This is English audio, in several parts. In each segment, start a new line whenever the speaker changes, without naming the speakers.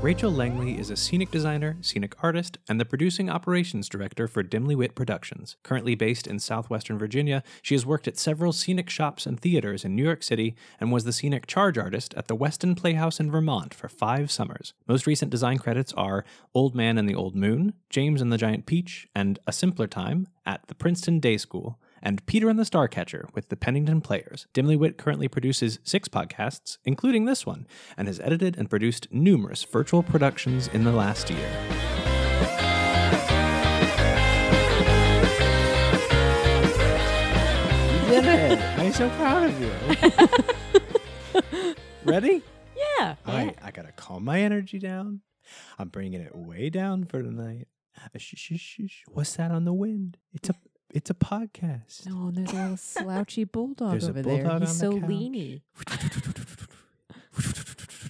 Rachel Langley is a scenic designer, scenic artist, and the producing operations director for Dimly Wit Productions. Currently based in southwestern Virginia, she has worked at several scenic shops and theaters in New York City and was the scenic charge artist at the Weston Playhouse in Vermont for five summers. Most recent design credits are Old Man and the Old Moon, James and the Giant Peach, and A Simpler Time at the Princeton Day School and Peter and the Starcatcher with the Pennington Players. Dimly Wit currently produces six podcasts, including this one, and has edited and produced numerous virtual productions in the last year. You did it! I'm so proud of you. Ready?
Yeah.
I, I gotta calm my energy down. I'm bringing it way down for tonight. Uh, shh, shh, shh, shh. What's that on the wind? It's a it's a podcast.
No, Oh, and there's a little slouchy bulldog
There's a
over there.
bulldog
He's
on
so
the couch.
leany.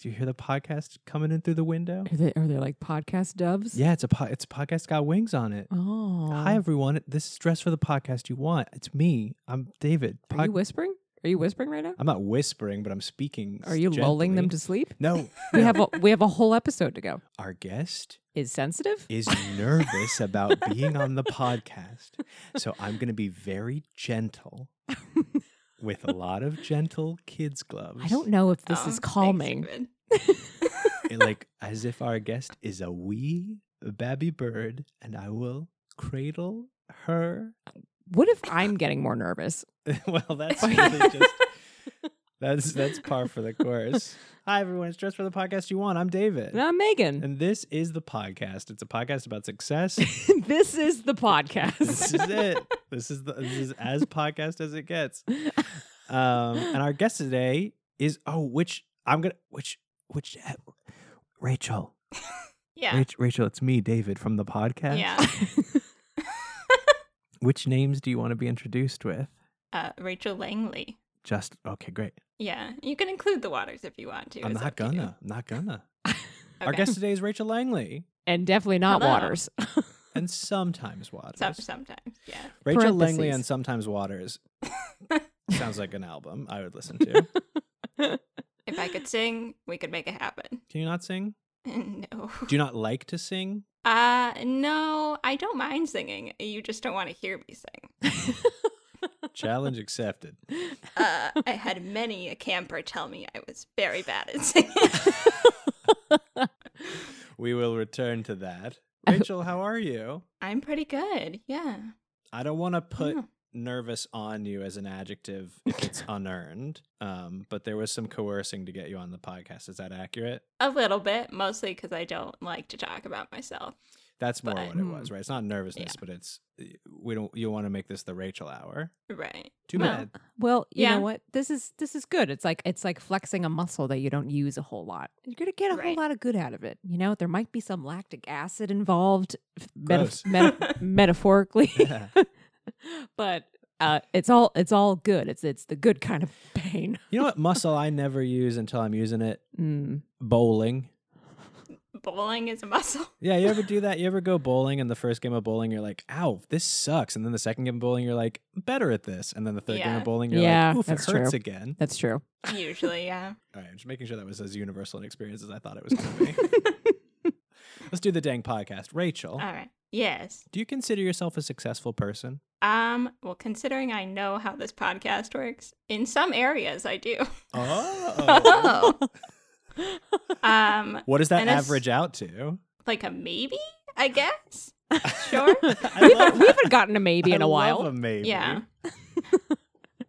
Do you hear the podcast coming in through the window?
Are they, are they like podcast doves?
Yeah, it's a po- it's a podcast got wings on it.
Oh.
Hi everyone, this is dress for the podcast you want. It's me. I'm David.
Are
Pod-
you whispering? Are you whispering right now?
I'm not whispering, but I'm speaking.
Are you lulling them
gently.
to sleep?
No.
We
no.
have a, we have a whole episode to go.
our guest
Is sensitive?
is nervous about being on the podcast. So I'm going to be very gentle with a lot of gentle kids gloves.
I don't know if this
Oh,
is
thanks,
calming.
Ingrid.
it, like as if our guest is a wee babby bird and I will cradle her.
What if I'm getting more nervous?
well, that's really just that's that's par for the course. Hi everyone, it's Dress for the Podcast You Want. I'm David.
And I'm Megan.
And this is the podcast. It's a podcast about success.
this is the
this
podcast.
is it. This is the, this is as podcast as it gets. Um, and our guest today is oh, which I'm gonna which which uh, Rachel.
Yeah.
Rach- Rachel, it's me, David, from the podcast.
Yeah.
Which names do you want to be introduced with?
Uh, Rachel Langley.
Just okay, great.
Yeah. You can include the waters if you want to.
I'm
It's
not
up to you.
gonna. I'm not gonna. Our
Okay.
guest today is Rachel Langley,
and definitely not
Hello.
Waters.
and sometimes Waters.
Some, sometimes. Yeah.
Rachel Langley
Parentheses.
and sometimes Waters sounds like an album I would listen to.
If I could sing, we could make it happen.
Can you not sing?
No.
Do you not like to sing?
Uh, no, I don't mind singing. You just don't want to hear me sing.
Challenge accepted.
Uh, I had many a camper tell me I was very bad at singing.
We will return to that.
I-
Rachel, how are you?
I'm pretty good. Yeah.
I don't want to put
Yeah.
nervous on you as an adjective if it's unearned, um, but there was some coercing to get you on the podcast. Is that accurate?
A little bit, mostly because I don't like to talk about myself.
That's more
But- mm,
what it was, right? It's not nervousness,
Yeah.
but it's eh, we don't. You want to make this the Rachel hour?
Right.
Too
Well,
bad.
Well, you
Yeah.
know what? This is this is good. It's like it's like flexing a muscle that you don't use a whole lot. You're gonna get a whole
Right.
lot of good out of it. You know, there might be some lactic acid involved, f- metaf-
Gross.
meta- metaphorically,
Yeah.
but uh, it's all it's all good. It's it's the good kind of pain.
You know what muscle I never use until I'm using it?
Mm.
Bowling.
Bowling is a muscle.
Yeah, you ever do that? You ever go bowling and the first game of bowling you're like, ow, this sucks. And then the second game of bowling you're like, better at this. And then the third game
Yeah.
of bowling you're
Yeah,
like, oof, it
that's
hurts
true.
again.
That's true.
Usually, yeah.
All right, I'm just making sure that was as universal an experience as I thought it was going to be. Let's do the dang podcast. Rachel,
All right. Yes.
do you consider yourself a successful person?
Um, well, considering I know how this podcast works, in some areas I do.
Oh.
um,
what does that
And it's-
average out to?
like a maybe, I guess. Sure.
I
we
love-
haven't, we haven't gotten a maybe in
I
a
love
while.
a maybe.
Yeah.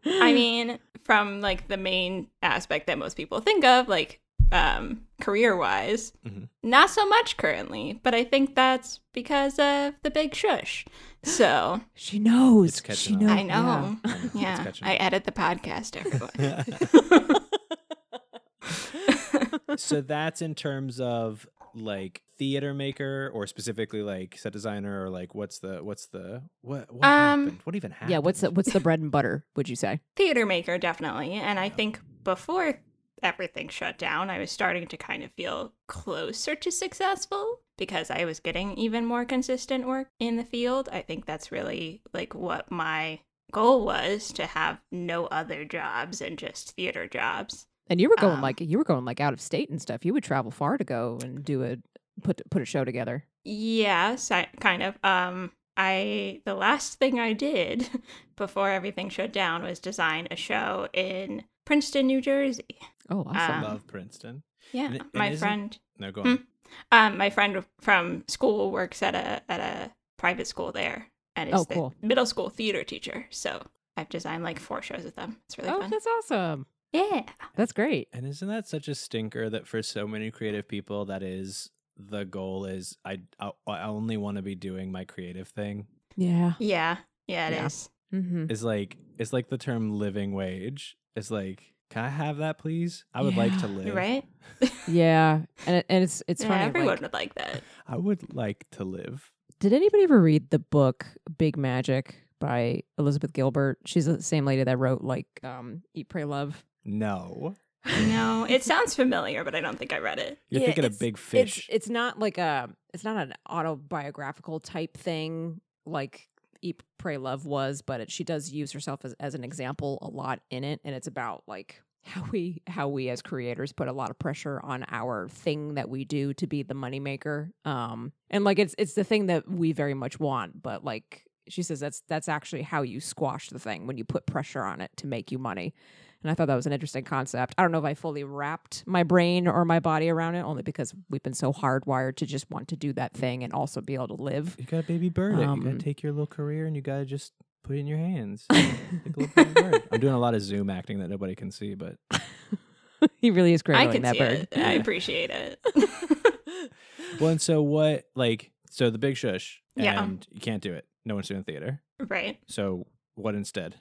I mean, from like the main aspect that most people think of, like um, career wise,
Mhm.
not so much currently, but I think that's because of the big shush. So
She knows.
It's
she
catching on.
knows.
I know.
I know, it's
Yeah.
Oh, catching
I
up.
edit the podcast, everyone.
so that's in terms of like theater maker or specifically like set designer or like what's the what's the what what
Um,
happened? What even
Yeah.
happened?
yeah. What's the, what's the bread and butter? Would you say?
theater maker definitely and i think before everything shut down i was starting to kind of feel closer to successful because i was getting even more consistent work in the field i think that's really like what my goal was to have no other jobs and just theater jobs
And you were going
Um,
like you were going like out of state and stuff. You would travel far to go and do a put put a show together.
Yes, I, kind of. Um, I the last thing I did before everything shut down was design a show in Princeton, New Jersey.
Oh, awesome!
Um,
Love Princeton.
Yeah,
And it- and
my
isn't-
friend,
No, go
Hmm?
on.
um, my friend from school works at a at a private school there, and is
Oh,
the
cool.
middle school theater teacher. So I've designed like four shows with them. It's really
oh,
fun.
that's awesome.
Yeah.
That's great.
And isn't that such a stinker that for so many creative people, that is the goal is I, I, I only want to be doing my creative thing.
Yeah.
Yeah. Yeah, It is.
Yeah. Mm-hmm.
Is like it's like the term living wage. It's like, can I have that, please? I would like to
Yeah.
live.
Right?
Yeah, and it- and it's it's
yeah,
funny.
everyone
like,
would like that.
I would like to live.
did anybody ever read the book Big Magic by Elizabeth Gilbert? She's the same lady that wrote like um, Eat, Pray, Love.
No,
No, it sounds familiar, but I don't think I read it.
you're
Yeah,
thinking of
it's-
big fish.
It's it's not like a it's not an autobiographical type thing like Eat Pray Love was, but it, she does use herself as, as an example a lot in it, and it's about like how we how we as creators put a lot of pressure on our thing that we do to be the moneymaker. Um, and like it's it's the thing that we very much want, but like she says that's that's actually how you squash the thing when you put pressure on it to make you money and I thought that was an interesting concept. I don't know if I fully wrapped my brain or my body around it, only because we've been so hardwired to just want to do that thing and also be able to live.
you got to baby bird it. You got
um,
to take your little career and you got to just put it in your hands. Like a little baby bird. I'm
he
doing a lot of Zoom acting that nobody can see, but
really is great.
I
doing
can
that
see
bird.
it. I
Yeah.
appreciate it.
well, and so what? Like, so the big shush, and
Yeah.
you can't do it. No one's doing theater.
right.
So what instead?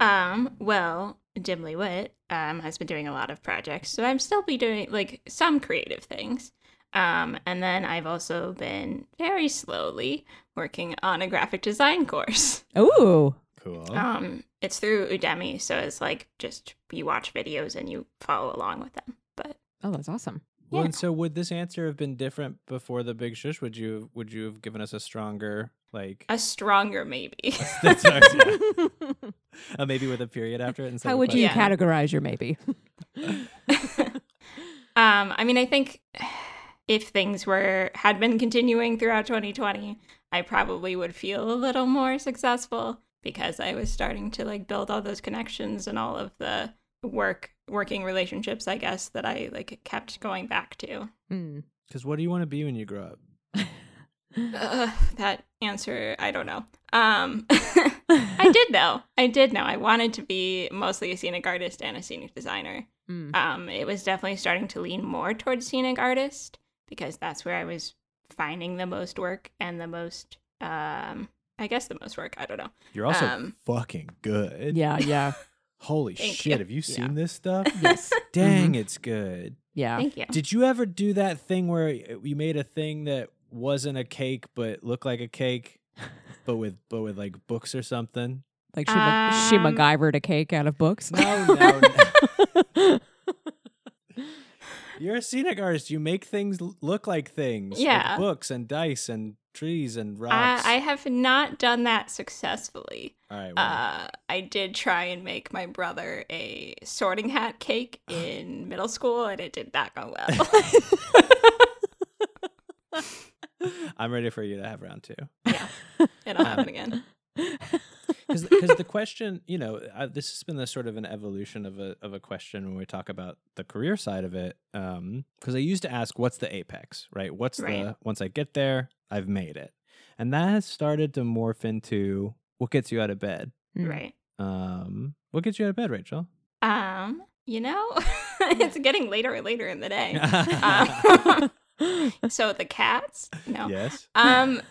Um, well, Dimly Wit um, has been doing a lot of projects, so I'm still be doing like some creative things. Um, and then I've also been very slowly working on a graphic design course.
Ooh,
Cool.
Uh,
Um, it's through Udemy, so it's like just you watch videos and you follow along with them. But
oh, that's awesome.
Well,
yeah.
and so would this answer have been different before the big shush? Would you would you have given us a stronger like?
a stronger maybe.
that's what I was- yeah. Uh, maybe with a period after it. Instead
How
of a
would you
Yeah.
question?
categorize your maybe?
Um, I mean, I think if things were had been continuing throughout 2020, I probably would feel a little more successful because I was starting to like build all those connections and all of the work working relationships, I guess, that I like kept going back to.
Hmm.
Because what do you want to be when you grow up?
Ugh, that answer, I don't know. Um,
Hmm.
I did know. I did know. I wanted to be mostly a scenic artist and a scenic designer.
Hmm.
um, it was definitely starting to lean more towards scenic artist because that's where I was finding the most work and the most, um, I guess, the most work. I don't know.
You're also
Um,
fucking good.
Yeah, yeah,
Holy
Thank
shit!
you.
Have you seen
Yeah. Mm-hmm.
this stuff?
yes,
Dang, it's good.
yeah.
Thank you.
Did you ever do that thing where y- you made a thing that wasn't a cake but looked like a cake, but with but with like books or something?
Like she, ma- she
Um,
MacGyvered a cake out of books.
No, no,
no.
You're a scenic artist. You make things l- look like things. with
Yeah.
books and dice and trees and
I,
rocks.
I have not done that successfully.
All right. Well,
Uh, I did try and make my brother a sorting hat cake in middle school, and it did not go well. uh,
I'm ready for you to have round two.
It'll happen again.
Because the question, you know, I, this has been the sort of an evolution of a of a question when we talk about the career side of it. Because I used to ask, what's the apex, right? What's the
Right.
once I get there, I've made it, and that has started to morph into what gets you out of bed.
Mm.
Right.
Um, what gets you out of bed, Rachel?
Um, you know, it's getting later and later in the day.
Uh,
So the cats? No.
Yes.
Um,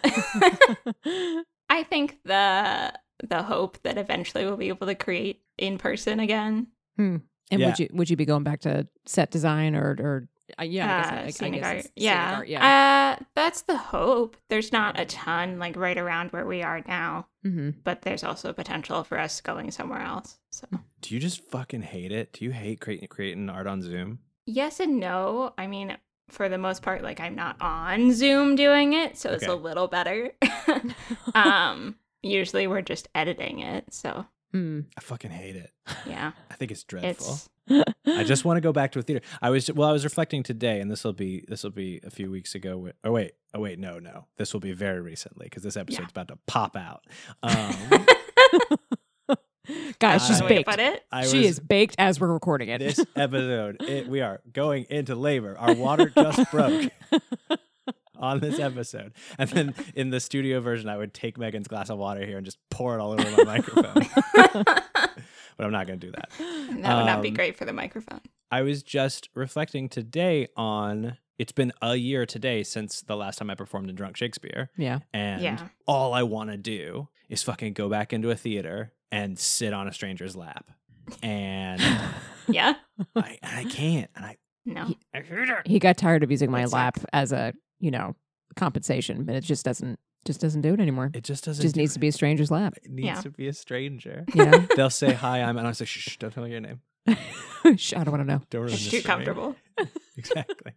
I think the the hope that eventually we'll be able to create in person again.
and
Yeah.
would you would you be going back to set design or or uh, yeah, I guess,
uh,
I- I, guess
scenic
it's
art.
scenic
yeah,
art, yeah.
Uh, that's the hope. There's not a ton like right around where we are now,
hmm
but there's also potential for us going somewhere else. So
Do you just fucking hate it? Do you hate creating creating art on Zoom?
yes and no. I mean, for the most part, like I'm not on Zoom doing it, so it's
Okay.
a little better.
Mm-hmm.
um, usually we're just editing it, so
Hmm.
I fucking hate it.
yeah,
I think it's dreadful.
it's
I just want to go back to a theater. I was well, I was reflecting today, and this will be this will be a few weeks ago. wi- Oh wait, oh wait, no, no, this will be very recently because this episode's about to pop out. Um,
Guys,
Uh,
she's
Wait,
baked.
But it.
I
she
was,
is baked as we're recording it.
this episode. It, we are going into labor. Our water just broke on this episode, and then in the studio version, I would take Megan's glass of water here and just pour it all over my microphone. but I'm not going to do that.
that would not be
Um,
great for the microphone.
I was just reflecting today on it's been a year today since the last time I performed in Drunk Shakespeare.
yeah.
And
Yeah.
all I want to do is fucking go back into a theater and sit on a stranger's lap. And
Yeah.
I, and I can't. And I,
No.
He-
I hate it.
he got tired of using my
It's
lap
like-
as a, you know, compensation, but it just doesn't just doesn't do it anymore. It
It just doesn't.
just
do
needs to be a stranger's lap.
It needs
Yeah.
to be a stranger.
You know?
They'll say hi. I'm, and I say, shh, shh, don't tell me your name.
Shh, I don't want to know.
Don't ruin
It's
this
too
for me."
comfortable.
Exactly.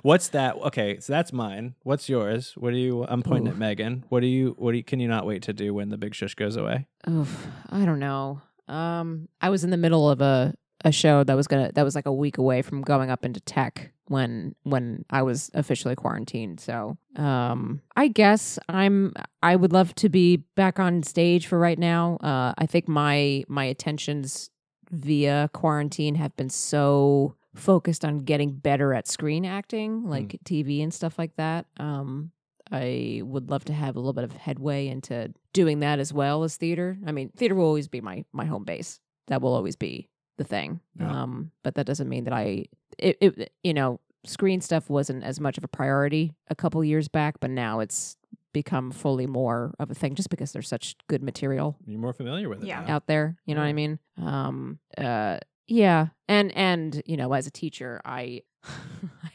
What's that? Okay, so that's mine. What's yours? What do you? I'm pointing
Ooh.
at Megan. What do you? What do you, can you not wait to do when the big shush goes away?
Oof, I don't know. Um, I was in the middle of a a show that was gonna that was like a week away from going up into tech when when I was officially quarantined. So, um, I guess I'm I would love to be back on stage for right now. Uh, I think my my attentions via quarantine have been so focused on getting better at screen acting, like TV and stuff like that. Um, I would love to have a little bit of headway into doing that as well as theater. I mean, theater will always be my my home base. That will always be the thing.
Yeah.
Um, but that doesn't mean that I it, it you know screen stuff wasn't as much of a priority a couple years back, but now it's become fully more of a thing just because there's such good material
You're more familiar with it.
Yeah.
now.
out there. You know what I
Yeah.
mean? Um, uh, yeah, and and you know, as a teacher, I,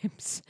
I'm, s-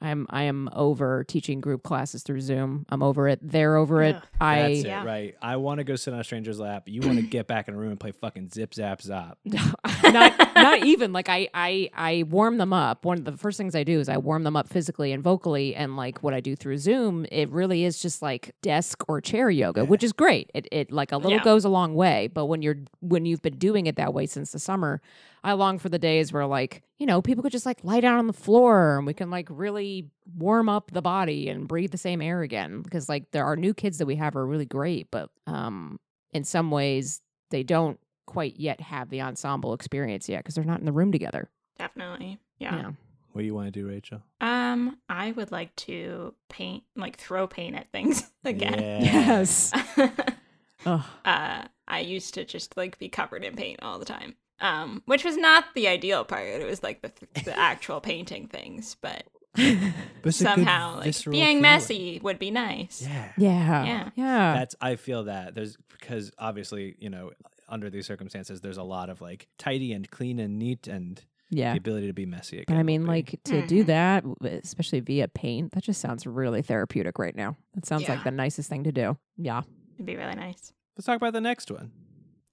I'm, I am over teaching group classes through Zoom. I'm over it. They're over it.
Ugh.
I,
That's
Yeah.
it, right? I want to go sit on a stranger's lap. You want to get back in a room and play fucking zip zap zop.
not not even like I I I warm them up. One of the first things I do is I warm them up physically and vocally and like what I do through Zoom, it really is just like desk or chair yoga,
Yeah.
which is great. It it like a little
Yeah.
goes a long way, but when you're when you've been doing it that way since the summer, I long for the days where like, you know, people could just like lie down on the floor and we can like really warm up the body and breathe the same air again because like there are new kids that we have are really great, but um in some ways they don't quite yet have the ensemble experience yet because they're not in the room together.
Definitely.
Yeah.
Yeah.
What do you want to do, Rachel?
Um, I would like to paint, like throw paint at things again.
Yeah.
Ugh.
uh, I used to just like be covered in paint all the time. Um, which was not the ideal part. It was like the the actual painting things, but
But it's a good
somehow like
visceral
being
feeling.
messy would be nice.
Yeah.
yeah.
Yeah.
Yeah.
That's I feel that there's because obviously you know under these circumstances there's a lot of like tidy and clean and neat and
yeah.
the ability to be messy again.
But I
would
mean,
be-
like to
Mm-hmm.
do that, w- especially via paint, that just sounds really therapeutic right now. That sounds like
Yeah.
the nicest thing to do. Yeah.
It'd be really nice.
let's talk about the next one.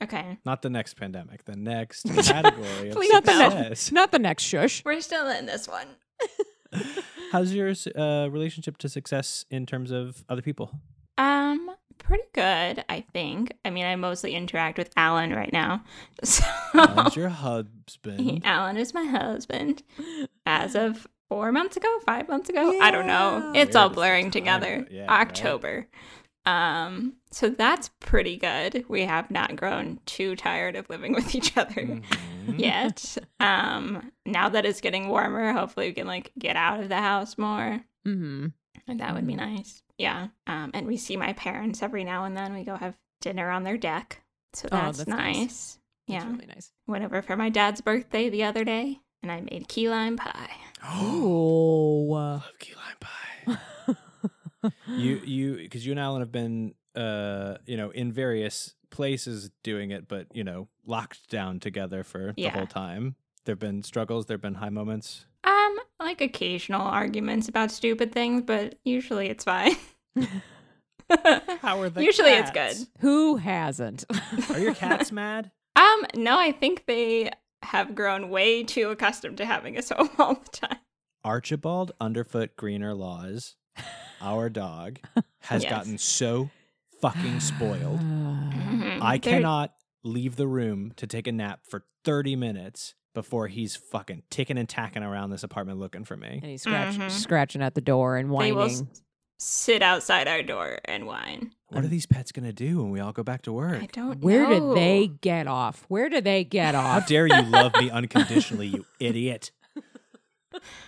Okay.
Not the next pandemic, the next category of
Please Not the
success.
Not the next shush.
We're still in this one.
How's your uh, relationship to success in terms of other people?
Um, pretty good, I think. I mean, I mostly interact with Alan right now. So
How's your husband?
Alan is my husband as of four months ago, five months ago. I don't know.
Yeah.
It's
Weird, it's the
all blurring
time,
together.
but yeah, right?
October. Um, so that's pretty good. We have not grown too tired of living with each other
Mhm.
yet. um, now that it's getting warmer, hopefully we can like get out of the house more.
Mm-hmm.
And that would be
Mhm.
nice. Yeah. Um, and we see my parents every now and then. We go have dinner on their deck. So
Oh,
that's,
that's nice.
nice.
That's
Yeah.
really nice.
Went over for my dad's birthday the other day and I made key lime pie.
Oh.
Love key lime pie. You you because you and Alan have been uh you know in various places doing it, but you know locked down together for
Yeah.
the whole time. There've been struggles. There've been high moments.
Um, like occasional arguments about stupid things, but usually it's fine.
How are the
Usually it's cats?
Who hasn't?
Are your cats mad?
um, no, I think they have grown way too accustomed to having us home all the time.
Archibald Underfoot Greener Laws, our dog, has
Yes.
gotten so fucking spoiled.
Uh,
Mhm.
I
They're-
cannot leave the room to take a nap for 30 minutes before he's fucking ticking and tacking around this apartment looking for me.
And he's scratch-
Mhm.
scratching at the door and
They
whining.
will s- sit outside our door and whine.
What are these pets gonna do when we all go back to work?
I don't
Where
know.
did they get off? Where do they get
How
off?
dare you love me unconditionally, you idiot?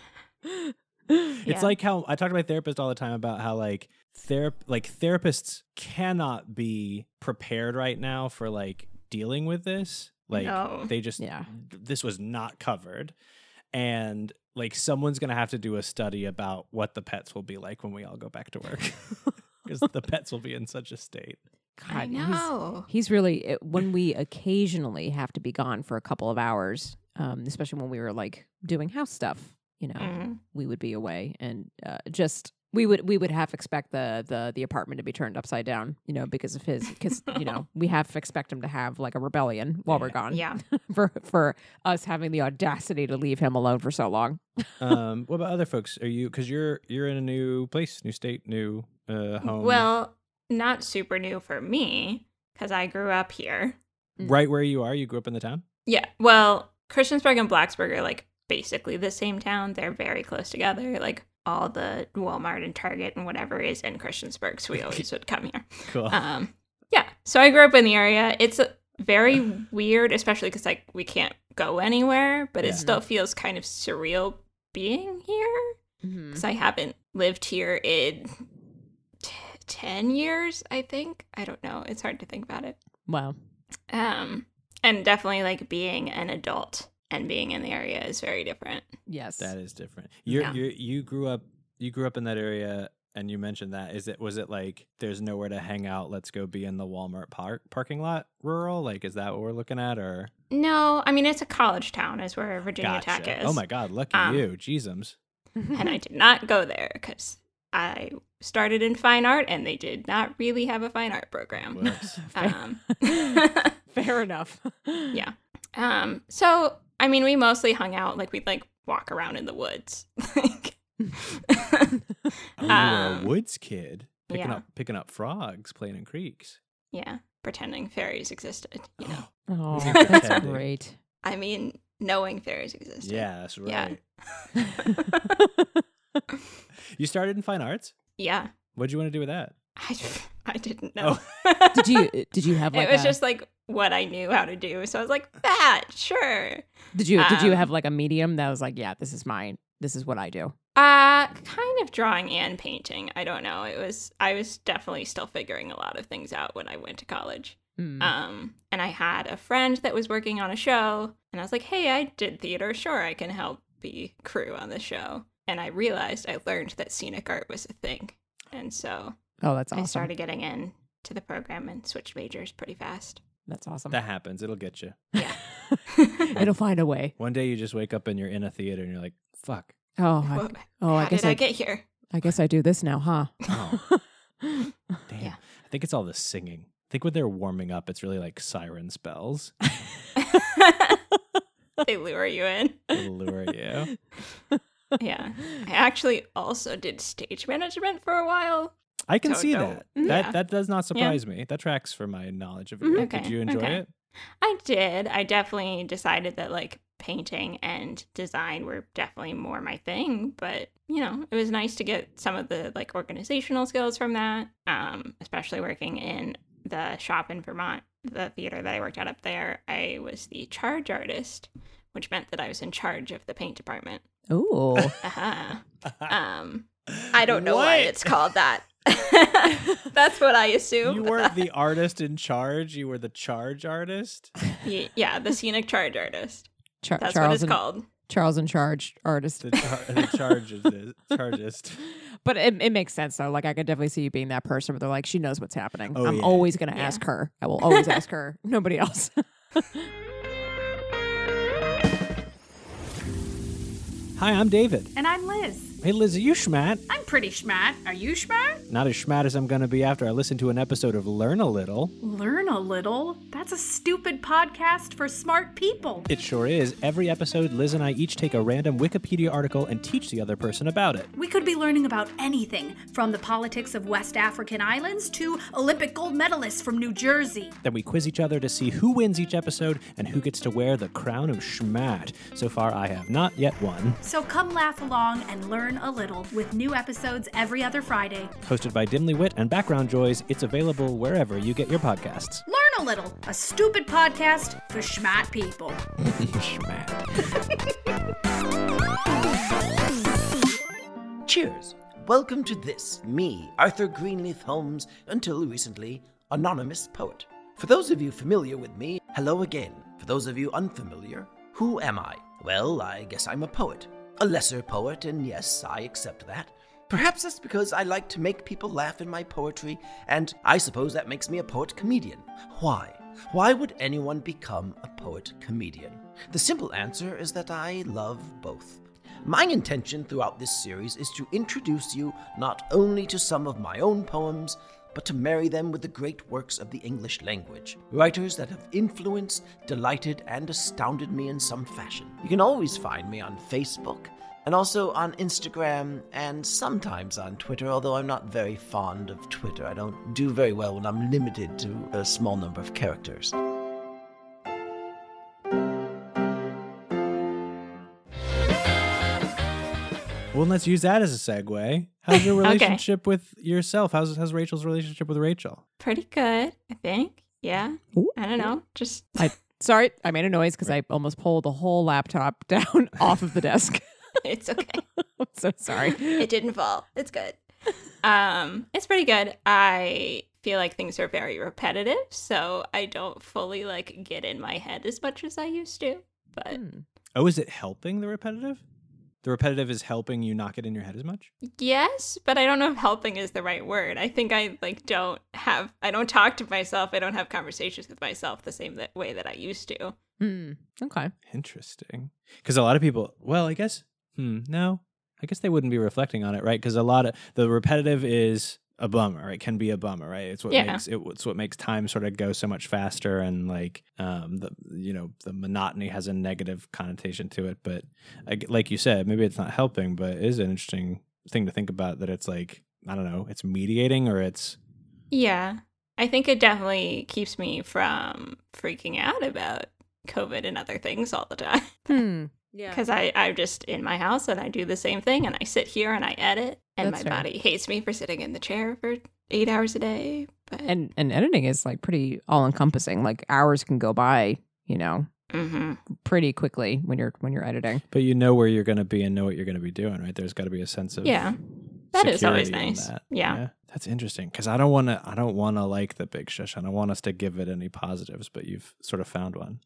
It's
Yeah.
like how I talk to my therapist all the time about how like therap like therapists cannot be prepared right now for like dealing with this. Like
No.
they just
yeah.
this was not covered and like someone's gonna have to do a study about what the pets will be like when we all go back to work because the pets will be in such a state
God,
I
he's-
know.
He's really it- when we occasionally have to be gone for a couple of hours, um, especially when we were like doing house stuff. You know,
Mhm.
we would be away and uh, just we would we would half expect the the the apartment to be turned upside down. You know, because of his because you know we half expect him to have like a rebellion while we're
Yeah.
gone.
Yeah.
for for us having the audacity to leave him alone for so long.
um what about other folks are you because you're you're in a new place new state new uh home
Well, not super new for me because I grew up here.
right where you are you grew up in the town
Yeah. Well, Christiansburg and Blacksburg are like basically the same town. They're very close together. Like all the Walmart and Target and whatever is in Christiansburg. So we always would come here.
cool
Um, yeah. So I grew up in the area. It's uh, very weird, especially because like we can't go anywhere, but
Yeah.
it still feels kind of surreal being here
Mhm.
because I haven't lived here in t- 10 years, I think. I don't know. It's hard to think about it.
Wow.
Um, and definitely like being an adult and being in the area is very different.
Yes.
that is different you're,
Yeah.
you're you grew up you grew up in that area and you mentioned that is it was it like there's nowhere to hang out let's go be in the walmart park parking lot rural like is that what we're looking at or
No, I mean, it's a college town, is where Virginia Tech
Gotcha.
is.
Oh my God, lucky
Um,
you, Jeezums.
and I did not go there because I started in fine art and they did not really have a fine art program.
Whoops.
Um,
Fair enough.
yeah. Um, so, I mean, we mostly hung out, like, we'd like walk around in the woods. like,
Oh, you were a
Um,
woods kid picking
yeah.
up picking up frogs playing in creeks.
yeah, pretending fairies existed. You know?
Oh,
You're
that's
pretending.
great.
I mean, knowing fairies existed.
yeah, that's right.
Yeah.
You started in fine arts.
Yeah.
What did you want to do with that?
I, I didn't know.
did you uh, did you have like
it was
a,
just like what I knew how to do. So I was like, that, sure.
did you did you
um,
have like a medium that was like yeah this is mine this is what I do
Uh, kind of drawing and painting. I don't know. It was I was definitely still figuring a lot of things out when I went to college.
Mm.
Um, and I had a friend that was working on a show, and I was like, "Hey, I did theater. Sure, I can help be crew on the show." And I realized I learned that scenic art was a thing, and so
oh that's awesome
I started getting in to the program and switched majors pretty fast.
that's awesome
That happens. It'll get you.
Yeah.
it'll find a way
One day you just wake up and you're in a theater and you're like, "Fuck."
oh I,
Whoa,
oh I
how
guess
did I,
I,
get here?
I guess I do this now huh
Oh, damn.
Yeah.
I think it's all the singing. I think when they're warming up, it's really like siren spells.
they lure you in.
It'll lure you.
Yeah. I actually also did stage management for a while.
I can
So
see
dope.
that.
Mhm.
That
Yeah. Mm-hmm.
that does not surprise me. That tracks for my knowledge of it.
Mhm.
Like, Did
Okay,
you enjoy
okay.
it?
I did. I definitely decided that like painting and design were definitely more my thing, but you know, it was nice to get some of the like organizational skills from that, um, especially working in the shop in Vermont, the theater that I worked at up there. I was the charge artist, which meant that I was in charge of the paint department.
Ooh.
Uh-huh. Um, I don't know why it's called that. That's what I assume.
You
but
weren't the artist in charge. You were the charge artist.
Y- yeah, the scenic charge artist.
Char-
That's
Charles
what it's
and
called.
Charles in charge artist.
The, char- the charges chargist.
But it, it makes sense though. Like I could definitely see you being that person where they're like, she knows what's happening.
Oh,
I'm
yeah.
always gonna
Yeah.
ask her. I will always ask her. Nobody else.
Hi, I'm David,
And I'm Liz.
Hey, Lizzie, you schmat.
I'm pretty schmat. Are you schmat?
Not as schmat as I'm going to be after I listen to an episode of Learn a Little.
Learn a little. That's a stupid podcast for smart people.
It sure is. Every episode, Liz and I each take a random Wikipedia article and teach the other person about it.
We could be learning about anything from the politics of West African islands to Olympic gold medalists from New Jersey.
Then we quiz each other to see who wins each episode and who gets to wear the crown of schmat. So far, I have not yet won.
So come laugh along and learn a little with new episodes every other Friday.
Hosted by Dimly Wit and Background Joys, it's available wherever you get your podcasts.
Learn a little, a stupid podcast for schmat people.
schmat.
Cheers! Welcome to this, me, Arthur Greenleaf Holmes, until recently, anonymous poet. For those of you familiar with me, hello again. For those of you unfamiliar, who am I? Well, I guess I'm a poet. A lesser poet, and yes, I accept that. Perhaps that's because I like to make people laugh in my poetry, and I suppose that makes me a poet comedian. Why? Why would anyone become a poet comedian? The simple answer is that I love both. My intention throughout this series is to introduce you not only to some of my own poems, but to marry them with the great works of the English language, writers that have influenced, delighted, and astounded me in some fashion. You can always find me on Facebook, and also on Instagram, and sometimes on Twitter, although I'm not very fond of Twitter. I don't do very well when I'm limited to a small number of characters.
Well, let's use that as a segue. How's your relationship with yourself? How's, how's Rachel's relationship with Rachel?
Pretty good, I think. Yeah.
Ooh.
I don't know. Just
I sorry, I made a noise because I almost pulled the whole laptop down off of the desk.
it's okay.
I'm so sorry.
it didn't fall. It's good. Um, it's pretty good. I feel like things are very repetitive, so I don't fully like get in my head as much as I used to. But
Hmm.
Oh, is it helping the repetitive? The repetitive is helping you not get in your head as much?
yes, but I don't know if helping is the right word. I think I like don't have I don't talk to myself. I don't have conversations with myself the same that way that I used to.
Hmm. Okay.
Interesting. Because a lot of people, well, I guess, hmm, no, I guess they wouldn't be reflecting on it, right? Because a lot of the repetitive is a bummer. It can be a bummer, right? It's what
Yeah.
makes it, it's what makes time sort of go so much faster, and like, um, the you know the monotony has a negative connotation to it. But I g like you said, maybe it's not helping, but it is an interesting thing to think about that it's like I don't know, it's mediating or it's
Yeah. I think it definitely keeps me from freaking out about COVID and other things all the time.
Hmm. Yeah.
because I I'm just in my house and I do the same thing and I sit here and I edit and
That's
my
fair.
body hates me for sitting in the chair for eight hours a day. But
and and editing is like pretty all encompassing. Like hours can go by, you know,
Mhm.
pretty quickly when you're when you're editing.
but you know where you're going to be and know what you're going to be doing, right? There's got to be a sense of
yeah, that is always
security on
nice.
that.
Yeah.
that's interesting because I don't want to. I don't want to like the big shush. I don't want us to give it any positives, but you've sort of found one.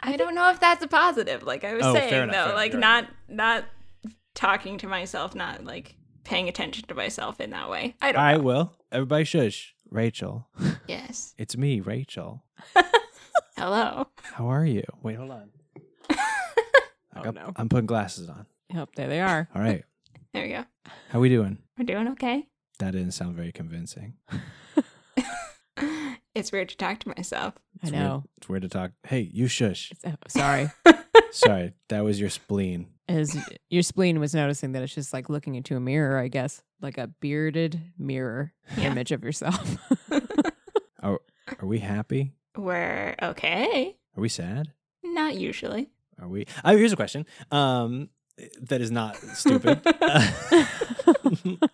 I don't know if that's a positive. Like I was
Oh, fair
saying
enough,
though,
fair-
like
you're
not
right.
not talking to myself, not like paying attention to myself in that way. I
All
don't.
right,
know.
Will. Everybody shush. Rachel,
Yes.
it's me, Rachel.
Hello.
How are you? Wait, hold on. I
Oh,
got-
no.
I'm putting glasses on.
Yep, there they are.
All right,
There we go.
how we doing?
We're doing okay.
That didn't sound very convincing.
It's weird to talk to myself.
I
It's weird-
know.
it's weird to talk. Hey, you shush.
It's- oh, Sorry.
Sorry, that was your spleen.
Is your spleen was noticing that it's just like looking into a mirror, I guess, like a bearded mirror
Yeah.
image of yourself.
Are we happy?
We're okay.
Are we sad?
Not usually.
Are we? Oh, here's a question. Um, that is not stupid.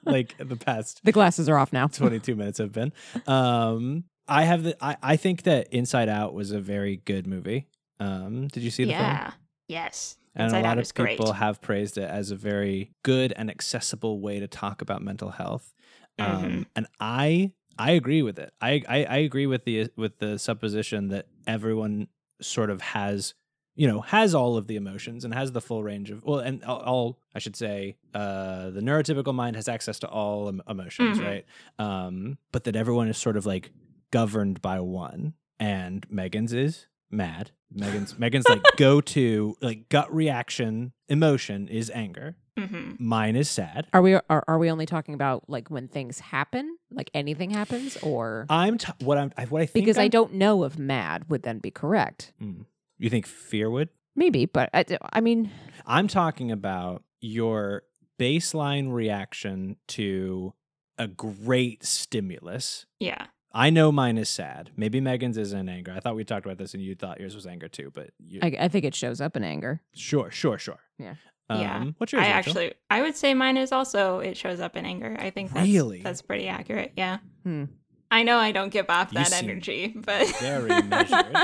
like the past
the glasses are off now.
22 minutes have been. Um, I have the. I, I think that Inside Out was a very good movie. Um, did you see the film?
yeah. Yes.
And
Inside
a lot
Out
of
is great.
people have praised it as a very good and accessible way to talk about mental health. Um,
Mhm.
And I I agree with it. I, I I agree with the with the supposition that everyone sort of has you know has all of the emotions and has the full range of well and all, all I should say uh the neurotypical mind has access to all em- emotions
Mm-hmm.
Mhm.
right um but that everyone is sort of like governed by one and Megan's is mad Megan's Megan's like go to like gut reaction emotion is anger
hmm
Mine is sad.
Are we are, are we only talking about like when things happen, like anything happens, or
I'm t- what I'm I- what I think
because I
I'm-
don't know if mad would then be correct.
Mm. You think fear would?
Maybe, but I, I mean,
I'm talking about your baseline reaction to a great stimulus.
Yeah.
I know mine is sad. Maybe Megan's isn't anger. I thought we talked about this, and you thought yours was anger too. But you,
I, I think it shows up in anger.
sure, sure, sure.
Yeah.
Um,
Yeah.
What's
I
yours? Rachel?
actually, I would say mine is also, it shows up in anger. I think that's,
Really?
that's pretty accurate. Yeah.
Hmm.
I know I don't give off
You
that
seem
energy, but.
very measured.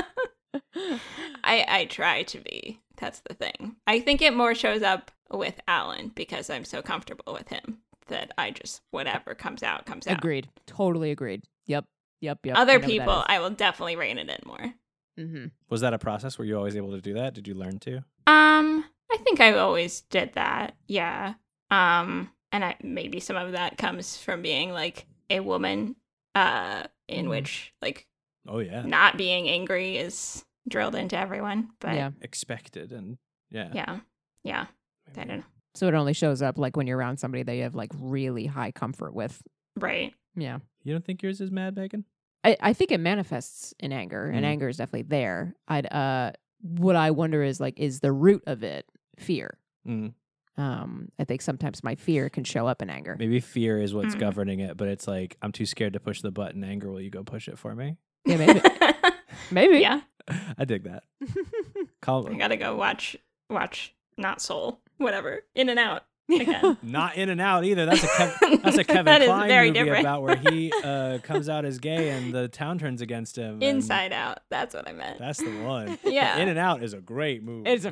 I, I try to be. That's the thing. I think it more shows up with Alan because I'm so comfortable with him that I just, whatever comes out, comes out.
Agreed. Totally agreed. Yep. Yep. Yep.
Other people, I will definitely rein it in more.
mm-hmm.
Was that a process? Were you always able to do that? Did you learn to?
Um, I think I always did that. Yeah. Um, and I maybe some of that comes from being like a woman, uh, in
Mhm.
which like
Oh Mm-hmm. yeah,
not being angry is drilled into everyone. But
yeah.
yeah,
expected and yeah.
yeah, I don't know.
So it only shows up like when you're around somebody that you have like really high comfort with.
Right.
Yeah.
You don't think yours is mad, Megan?
I, I think it manifests in anger, and
Mm-hmm.
Mhm.
anger is definitely there. I'd uh, what I wonder is like, is the root of it fear?
Mm.
Um, I think sometimes my fear can show up in anger.
Maybe fear is what's
Mm.
governing it, but it's like I'm too scared to push the button. Anger, will you go push it for me?
Yeah, maybe. maybe.
yeah.
I dig that. Call
I gotta go watch watch not soul whatever in and out again.
not in and out either. That's a Kev- that's a Kevin
That is
Kline
very
movie
different.
about where he uh, comes out as gay and the town turns against him. and
Inside out. That's what I meant.
That's the one.
Yeah.
In and Out is a great movie.
It's a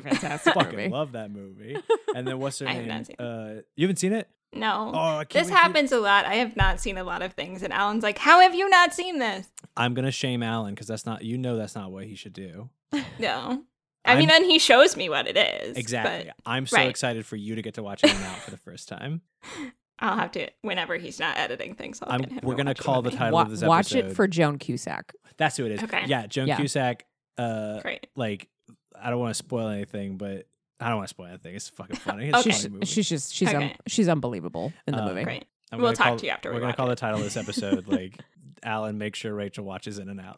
fantastic
Fucking
movie.
love that movie. And then what's her
I have
name?
not seen it.
Uh, you haven't seen it?
no.
Oh, I can't
this
wait for you-
happens a lot. I have not seen a lot of things, and Alan's like, "How have you not seen this?"
I'm gonna shame Alan because that's not. You know that's not what he should do.
No. I
I'm-
mean, and he shows me what it is.
Exactly.
But
I'm so
right.
excited for you to get to watch In and Out for the first time.
I'll have to whenever he's not editing things. I'll
I'm-
get him
we're gonna
watch
call the
movie.
title
Wa-
of this
watch it
episode.
for Joan Cusack.
That's who it is.
Okay.
Yeah, Joan
Yeah.
Cusack. Uh,
Great.
like I don't want to spoil anything, but I don't want to spoil anything. It's fucking funny. It's
Okay.
a funny
She's
movie.
she's just she's un-
Okay.
she's unbelievable in the
Uh,
movie.
Great.
I'm
We'll
gonna
talk
call-
to you after we
We're gonna
watch
call
it.
the title of this episode like Alan. Make sure Rachel watches In and Out.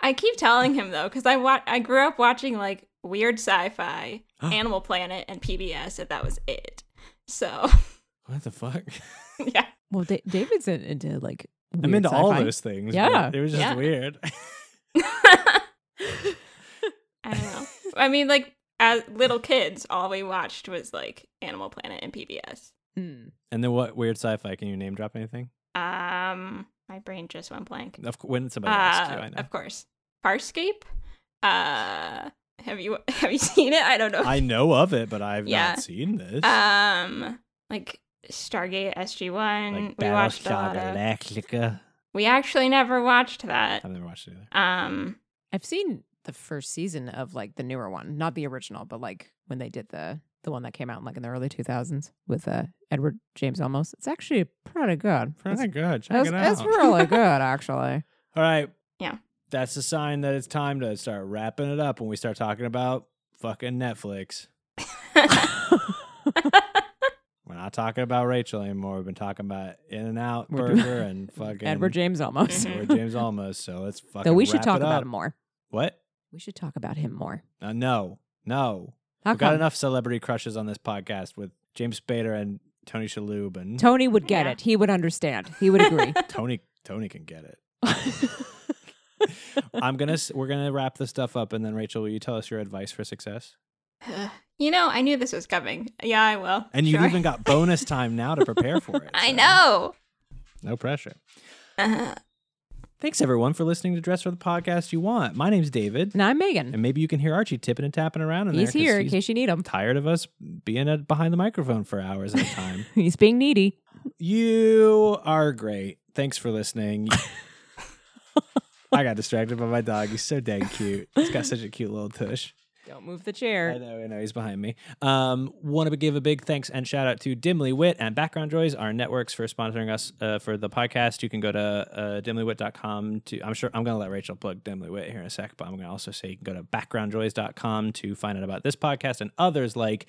I keep telling him though, because I wa- I grew up watching like weird sci-fi, Animal Planet, and PBS, and that was it. So
What the fuck?
yeah,
Well, da- David's in, into like weird
I'm into all
sci-fi.
those things.
Yeah.
but it was just
Yeah.
weird.
I don't know. I mean, like as little kids, all we watched was like Animal Planet and PBS.
Mm.
and then what weird sci-fi? Can you name drop anything?
Um, my brain just went blank.
Of cou- when somebody asks you,
Uh,
I know.
of course, Farscape. Uh, have you have you seen it? I don't know.
I know of it, but I've
Yeah.
not seen this.
um, like Stargate SG One. we watched uh, a lot of.
Galactica.
We actually never watched that.
I've never watched it either.
Um,
I've seen the first season of like the newer one, not the original, but like when they did the the one that came out in like in the early 2000s with uh, Edward James Olmos. It's actually pretty good.
Pretty
it's,
good. uh, Check
it's,
it
it's
out.
really good, actually.
All right.
Yeah.
That's a sign that it's time to start wrapping it up when we start talking about fucking Netflix. We're not talking about Rachel anymore. We've been talking about In and Out
We're doing-
Burger and fucking
Edward James Olmos.
Mhm.
Edward James almost. So let's fucking.
Though we should
wrap
talk
it
about
up.
him more.
What?
We should talk about him more.
Uh, no, no.
How
We've got
come?
enough celebrity crushes on this podcast with James Spader and Tony Shalhoub and
Tony would get
Yeah.
it. He would understand. He would agree.
Tony. Tony can get it. I'm gonna. s- We're gonna wrap this stuff up, and then Rachel, will you tell us your advice for success?
you know, I knew this was coming. Yeah, I will.
And you've
Sure.
even got bonus time now to prepare for it.
I
so
know.
No pressure.
Uh,
Thanks everyone for listening to Dress for the Podcast You Want. My name's David.
and I'm Megan.
And maybe you can hear Archie tipping and tapping around in
He's
there. 'cause
here in
he's
case you need him.
tired of us being at, behind the microphone for hours at a time.
He's being needy.
you are great. Thanks for listening. I got distracted by my dog. He's so dang cute. He's got such a cute little tush.
Don't move
I
the chair.
know, I know, he's behind me. Um, want to give a big thanks and shout out to Dimly Wit and Background Joys, our networks, for sponsoring us uh, for the podcast. You can go to uh, dimlywit.com to, I'm sure I'm going to let Rachel plug Dimly Wit here in a sec, but I'm going to also say you can go to backgroundjoys.com to find out about this podcast and others like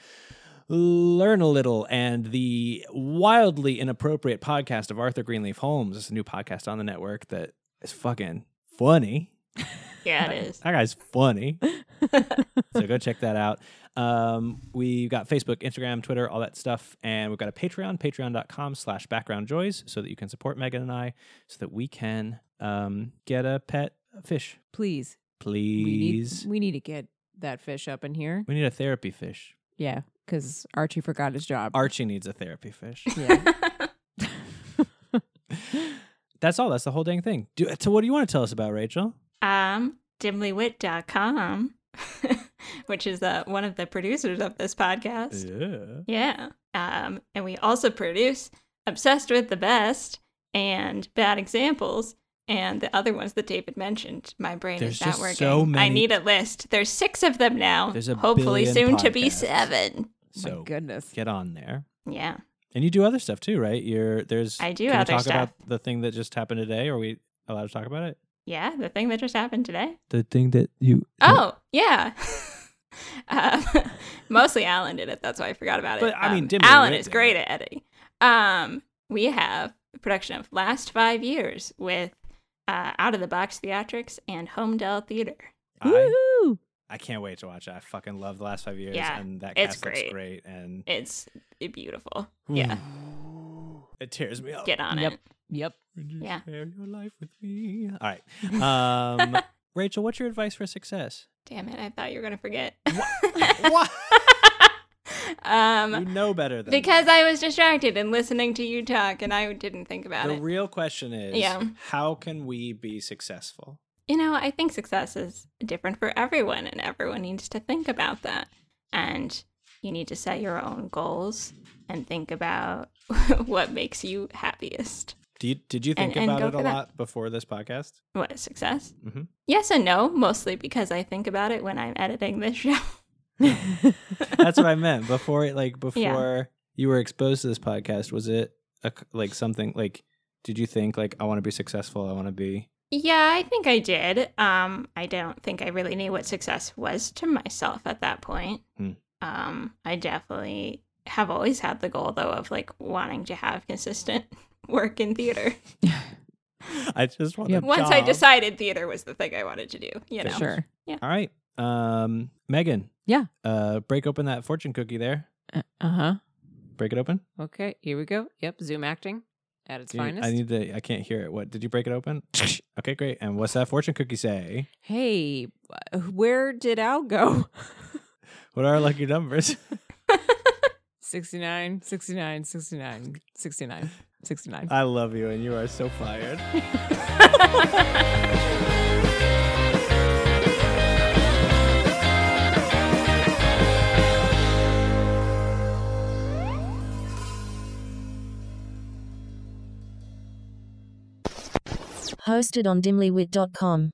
Learn a Little and the wildly inappropriate podcast of Arthur Greenleaf Holmes. It's a new podcast on the network that is fucking funny.
Yeah, it is.
That guy's funny. so go check that out. Um, we've got Facebook, Instagram, Twitter, all that stuff. And we've got a Patreon, patreon.com slash background joys, so that you can support Megan and I so that we can um, get a pet fish,
Please.
please.
We need, we need to get that fish up in here.
We need a therapy fish.
Yeah, because Archie forgot his job.
Archie needs a therapy fish.
yeah.
That's all. That's the whole dang thing. Do, so what do you want to tell us about, Rachel?
um, dimlywit.com, which is the, one of the producers of this
Oh
podcast.
Yeah.
Yeah. Um, and we also produce Obsessed with the Best and Bad Examples and the other ones that David mentioned. My brain
There's
is not
just
working.
so many-
I need a list. There's six of them now.
There's a
Hopefully
billion
soon to be
podcasts.
seven.
So
My goodness.
get on there.
Yeah.
And you do other stuff too, right? You're there's
I do
can we
other
talk
stuff.
about the thing that just happened today. Are we allowed to talk about it?
Yeah, the thing that just happened today.
The thing that you
Oh, yeah. um, mostly Alan did it. That's why I forgot about it.
But, I mean,
Um,
Dimly
Alan
Wit
is
did
great
it.
at editing. Um, we have a production of Last Five Years with uh, Out of the Box Theatrics and Home Dell Theater.
I,
Woohoo!
I can't wait to watch it. I fucking love the last five years,
Yeah,
and that
it's
cast looks
great.
great, and
It's beautiful.
Hmm.
Yeah,
it tears me up.
get on
Yep.
it.
Yep.
Would you
Yeah.
share your life with me? All right, um, Rachel, what's your advice for success?
Damn it, I thought you were gonna forget.
what? You
um,
know better than
because I was distracted and listening to you talk, and I didn't think
that.
about
the
it.
real question is,
Yeah.
how can we be successful?
you know, I think success is different for everyone, and everyone needs to think about that. And you need to set your own goals and think about what makes you happiest.
Do you, did you think
And- and
about
go
it a
for that.
lot before this podcast?
What is success?
Mhm.
Yes and no, mostly because I think about it when I'm editing this show.
That's what I meant before. it- Like before
Yeah.
you were exposed to this podcast, was it a, like something like? Did you think like I want to be successful? I want to be.
Yeah, I think I did. Um, I don't think I really knew what success was to myself at that point.
Hmm.
Um, I definitely have always had the goal though of like wanting to have consistent work in theater.
I just want.
Yep.
a
Once I
job.
decided theater was the thing I wanted to do, you know.
Sure.
All right, um, Megan.
Yeah.
Uh, break open that fortune cookie there.
Uh huh.
Break it open.
Okay. Here we go. Yep. Zoom acting at its
Do you-
finest.
I need to. I can't hear it. What did you break it open? okay, great. And what's that fortune cookie say?
hey, uh, where did Al go?
What are our lucky numbers?
69, 69, 69, 69, 69.
I love you, and you are so fired.
Hosted on dimlywit.com.